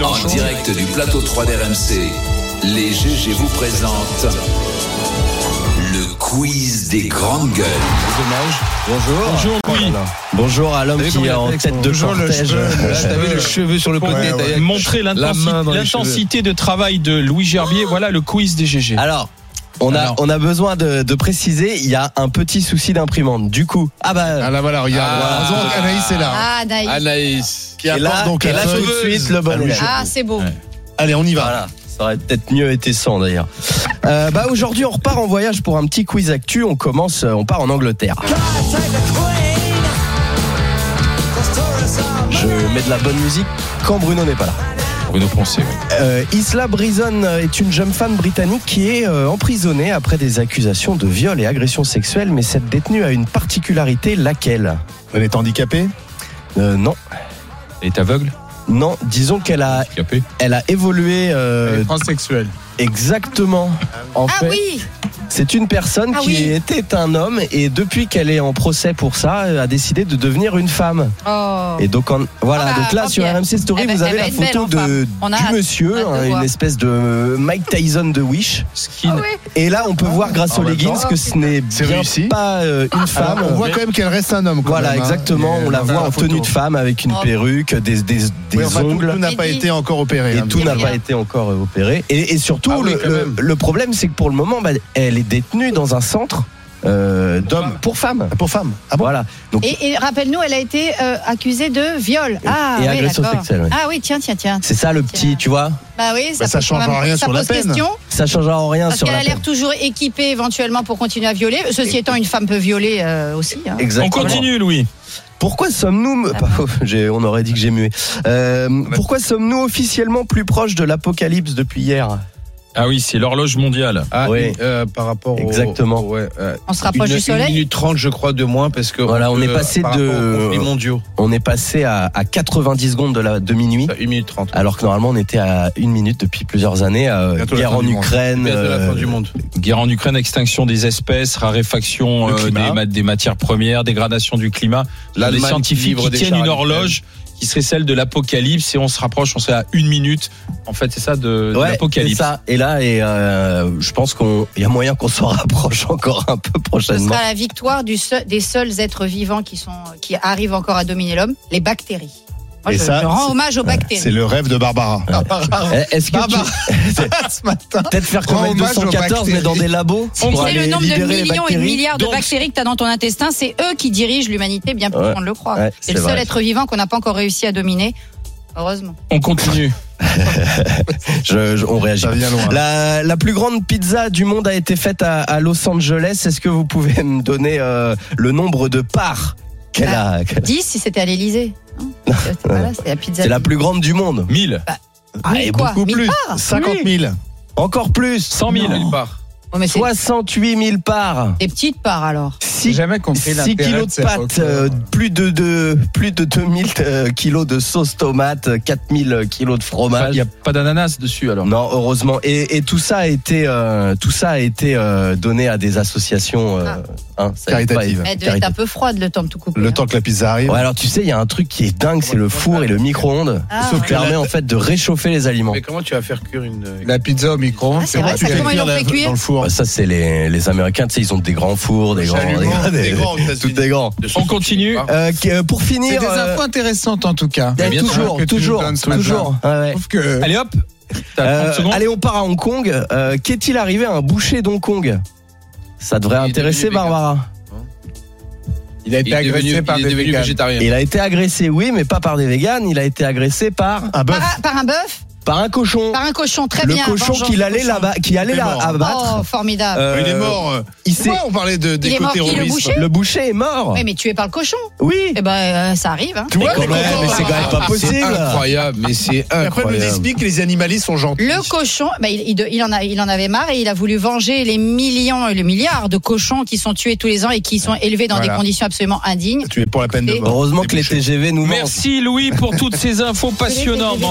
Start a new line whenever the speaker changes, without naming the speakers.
En direct du plateau 3 d'RMC, les GG vous présentent le quiz des grandes gueules.
Bonjour.
Bonjour, oui.
Bonjour à l'homme
T'as vu
qui
comment
est
il a
en
fait avec
tête
son-
de
Bonjour, le
cortège.
cheveu. Là, t'avais le cheveu sur le côté.
Ouais,
t'avais-
ouais. Montrer l'intensi-
main dans les
l'intensité de travail de Louis Gerbier. Voilà le quiz des GG.
Alors. On a,
Alors.
on a besoin de, de préciser, il y a un petit souci d'imprimante. Du coup, ah bah,
Ah là voilà, regarde.
Ah.
Heureusement qu'Anaïs est là.
Ah, Naïs.
Anaïs.
Qui
et là,
apporte donc
et là,
la
tout de
sauveuse
suite, le
à
bon
Louis
élève.
Ah, c'est beau.
Allez, on y va.
Voilà, ça aurait peut-être mieux été sans d'ailleurs. Euh, bah aujourd'hui, on repart en voyage pour un petit quiz actu. On commence, euh, on part en Angleterre. Je mets de la bonne musique quand Bruno n'est pas là.
Bruno Poncé, oui.
Euh, Isla Brison est une jeune femme britannique qui est euh, emprisonnée après des accusations de viol et agression sexuelle, mais cette détenue a une particularité, laquelle
Elle est handicapée.
Euh, Non,
Il est aveugle,
non, disons qu'elle a,
handicapé.
elle a évolué euh,
transsexuel.
exactement. En
Ah
fait,
oui
c'est une personne
Ah
qui
oui.
était un homme et depuis qu'elle est en procès pour ça, euh, a décidé de devenir une femme.
Oh.
Et donc en- voilà,
Ah bah, ben,
donc là
tant
sur
pis, elle-
RMC Story,
elle va-
vous
elle
avez
va
la
être eh belle
photo
en
de
femme. On a
du
hâte-
monsieur,
hâte de
hein, une
voir.
espèce de Mike Tyson de Wish.
Ah,
Skin.
Et là, on peut
Oh.
voir grâce aux
en même
leggings
temps,
que ce n'est
c'est
bien
réussi.
pas euh, une femme.
Alors, on voit quand même qu'elle reste un homme. quand
voilà,
même, hein.
exactement.
Et
On la voit en
photo.
tenue de femme avec une
Oh.
perruque, des, des, des
Oui, enfin, tout-
ongles.
Tout n'a pas
Et
été encore opéré.
Et
hein,
tout
mais-
n'a
rien.
pas été encore euh, opéré. Et, et surtout,
Ah oui,
le-
quand
le,
même.
le problème, c'est que pour le moment, bah, elle est détenue dans un centre euh, d'hommes pour femmes.
Pour femme. Ah bon
Voilà. Donc,
Et, et rappelle-nous, elle a été euh, accusée de viol. Ah,
et
oui,
agression
d'accord.
sexuelle, ouais.
Ah oui, tiens, tiens, tiens.
c'est ça le petit,
Tiens.
tu vois.
Bah oui, ça,
Bah, ça
pose
change
quand même-
rien
ça
sur la
pose
peine.
question.
Ça changera en rien
Parce
sur
qu'elle
la
a l'air
peine.
toujours équipée éventuellement pour continuer à violer. Ceci étant, une femme peut violer euh, aussi. hein.
On
Exactement.
continue, Louis.
Pourquoi sommes-nous
Ah.
J'ai- On aurait dit que j'ai mué. Euh, pourquoi sommes-nous officiellement plus proches de l'apocalypse depuis hier
Ah oui, c'est l'horloge mondiale.
Ah,
Oui.
et, euh, par rapport au-
Exactement.
au- ouais, euh,
On se rapproche
une,
du soleil.
Une minute trente, je crois, de moins, parce que.
Voilà, on est
peut,
passé
par
de-
rapport aux conflits mondiaux.
On est passé à, à 90 secondes de, la, de minuit,
Enfin, Une minute trente.
alors que normalement on était à une minute depuis plusieurs années. euh,
Bientôt la
guerre
fin
en
du monde.
Ukraine.
Baisse de la fin
euh,
du monde.
Guerre en Ukraine, extinction des espèces, raréfaction
Le
euh,
climat.
des, ma- des matières premières, dégradation du climat. Là, les
L'Allemagne qui
scientifiques
livre
qui
des
tiennent
chars à
une
l'Ukraine.
horloge qui serait celle de l'apocalypse et on se rapproche, on serait à une minute. En fait, c'est ça de, de
Ouais, c'est
l'apocalypse.
ça. Et là, et euh, je pense qu'on, il y a moyen qu'on s'en rapproche encore un peu
Ce
prochainement.
sera la victoire du seul- des seuls êtres vivants qui, sont, qui arrivent encore à dominer l'homme, les bactéries. Moi,
Et
je,
ça,
je rends
c'est-
hommage aux
C'est
bactéries.
le rêve de Barbara.
Eh, Est-ce que
Ah
tu
bah. Ce matin.
peut-être faire comme
Rends
les
hommage aux
214 mais dans
bactéries.
des labos
On
pour
sait
C'est
aller
le nombre de
libérer les
millions et de
bactéries
milliards de
Donc-
bactéries que tu as dans ton intestin. C'est eux qui dirigent l'humanité, bien plus
Ouais.
qu'on ne le croit.
Ouais,
c'est le
c'est
seul
vrai.
être vivant qu'on n'a pas encore réussi à dominer. Heureusement.
On continue.
hein.
Je- je- on réagit.
Ça vient loin.
La, la plus grande pizza du monde a été faite à, à Los Angeles. Est-ce que vous pouvez me donner euh, le nombre de parts qu'elle a qu'elle-
10 si c'était à l'Elysée. Voilà, c'est la pizza.
C'est la plus grande du monde.
1000,
Ah,
Mille
et
quoi
Beaucoup
Mille
plus.
parts
50
Oui.
000.
Encore plus.
100 000.
Il part.
Oh, mais c'est
68 000 parts.
des petites parts alors.
6,
jamais compris
kilos de pâtes, euh,
Bah,
plus de, de- plus de 2000 euh, kilos de sauce tomate, euh, 4000 kilos de
Il
fromage.
n'y a pas d'ananas dessus alors.
Non, heureusement. Et, et tout ça a été, euh, tout ça a été euh, donné à des associations euh, hein, ça a été pas-
Caritatives.
Ah. Elle devait être un peu froide le temps de tout couper.
Le
hein.
temps que la pizza arrive.
Ouais, alors tu sais, il y a un truc qui est dingue, c'est le four et le micro-ondes.
Ah,
Sauf
ouais.
qui permet en fait de réchauffer les aliments.
Mais comment tu vas faire cuire une.
La pizza au micro-ondes.
Ah, c'est vrai,
tu
ça,
la
comment ils
cuire
l'ont fait
dans
cuire
le four.
Bah, ça, c'est les, les Américains, tu sais, ils ont des grands fours, des grands.
Chalumeau,
des grands-
des grands, aux
Tout
États-Unis.
est grand.
de ce
On
que tu
continue.
fais pas
Euh, qui- euh, pour finir. euh,
intéressantes en tout cas.
eh,
bien sûr
toujours,
que tu nous
toujours,
donnes ce matin.
toujours. Ouais, ouais.
que
Allez hop T'as 30
Euh,
secondes.
allez, on part à Hong Kong. Euh, Qu'est-il arrivé à un boucher d'Hong Kong Ça devrait
Il est
intéresser
devenu
Barbara.
Hein il a
Il est devenu, il est devenu végétarien.
Il a été agressé, oui, mais pas par des véganes. Il a été agressé par
un bœuf.
Par, un- par un bœuf,
par un cochon.
par un cochon, très
le
bien.
cochon
vengeance
qu'il
du
allait
cochon.
là-bas, qui allait
Il est
là
mort.
abattre.
Oh, formidable.
Ah,
Euh,
Il est mort.
Il s'est-
Pourquoi on parlait de
Il est Oh. mort qui, le
d'éco-terrorisme
boucher
le boucher est mort.
Oui, mais tué par le cochon.
Oui.
Eh ben, euh, ça arrive. hein.
Tu vois,
Mais quand même, mais c'est quand même pas possible.
C'est incroyable, mais c'est
Et Après, on nous
incroyable.
explique que les animalistes sont gentils.
Le cochon, bah, il, il- il en a, il en avait marre et il a voulu venger les millions et les milliards de cochons qui sont tués tous les ans et qui sont élevés dans
Voilà.
des conditions absolument indignes.
Tu es pour la peine de
Et-
mort.
Heureusement que les
Débouché.
TGV nous mentent.
Merci Louis pour toutes ces infos passionnantes.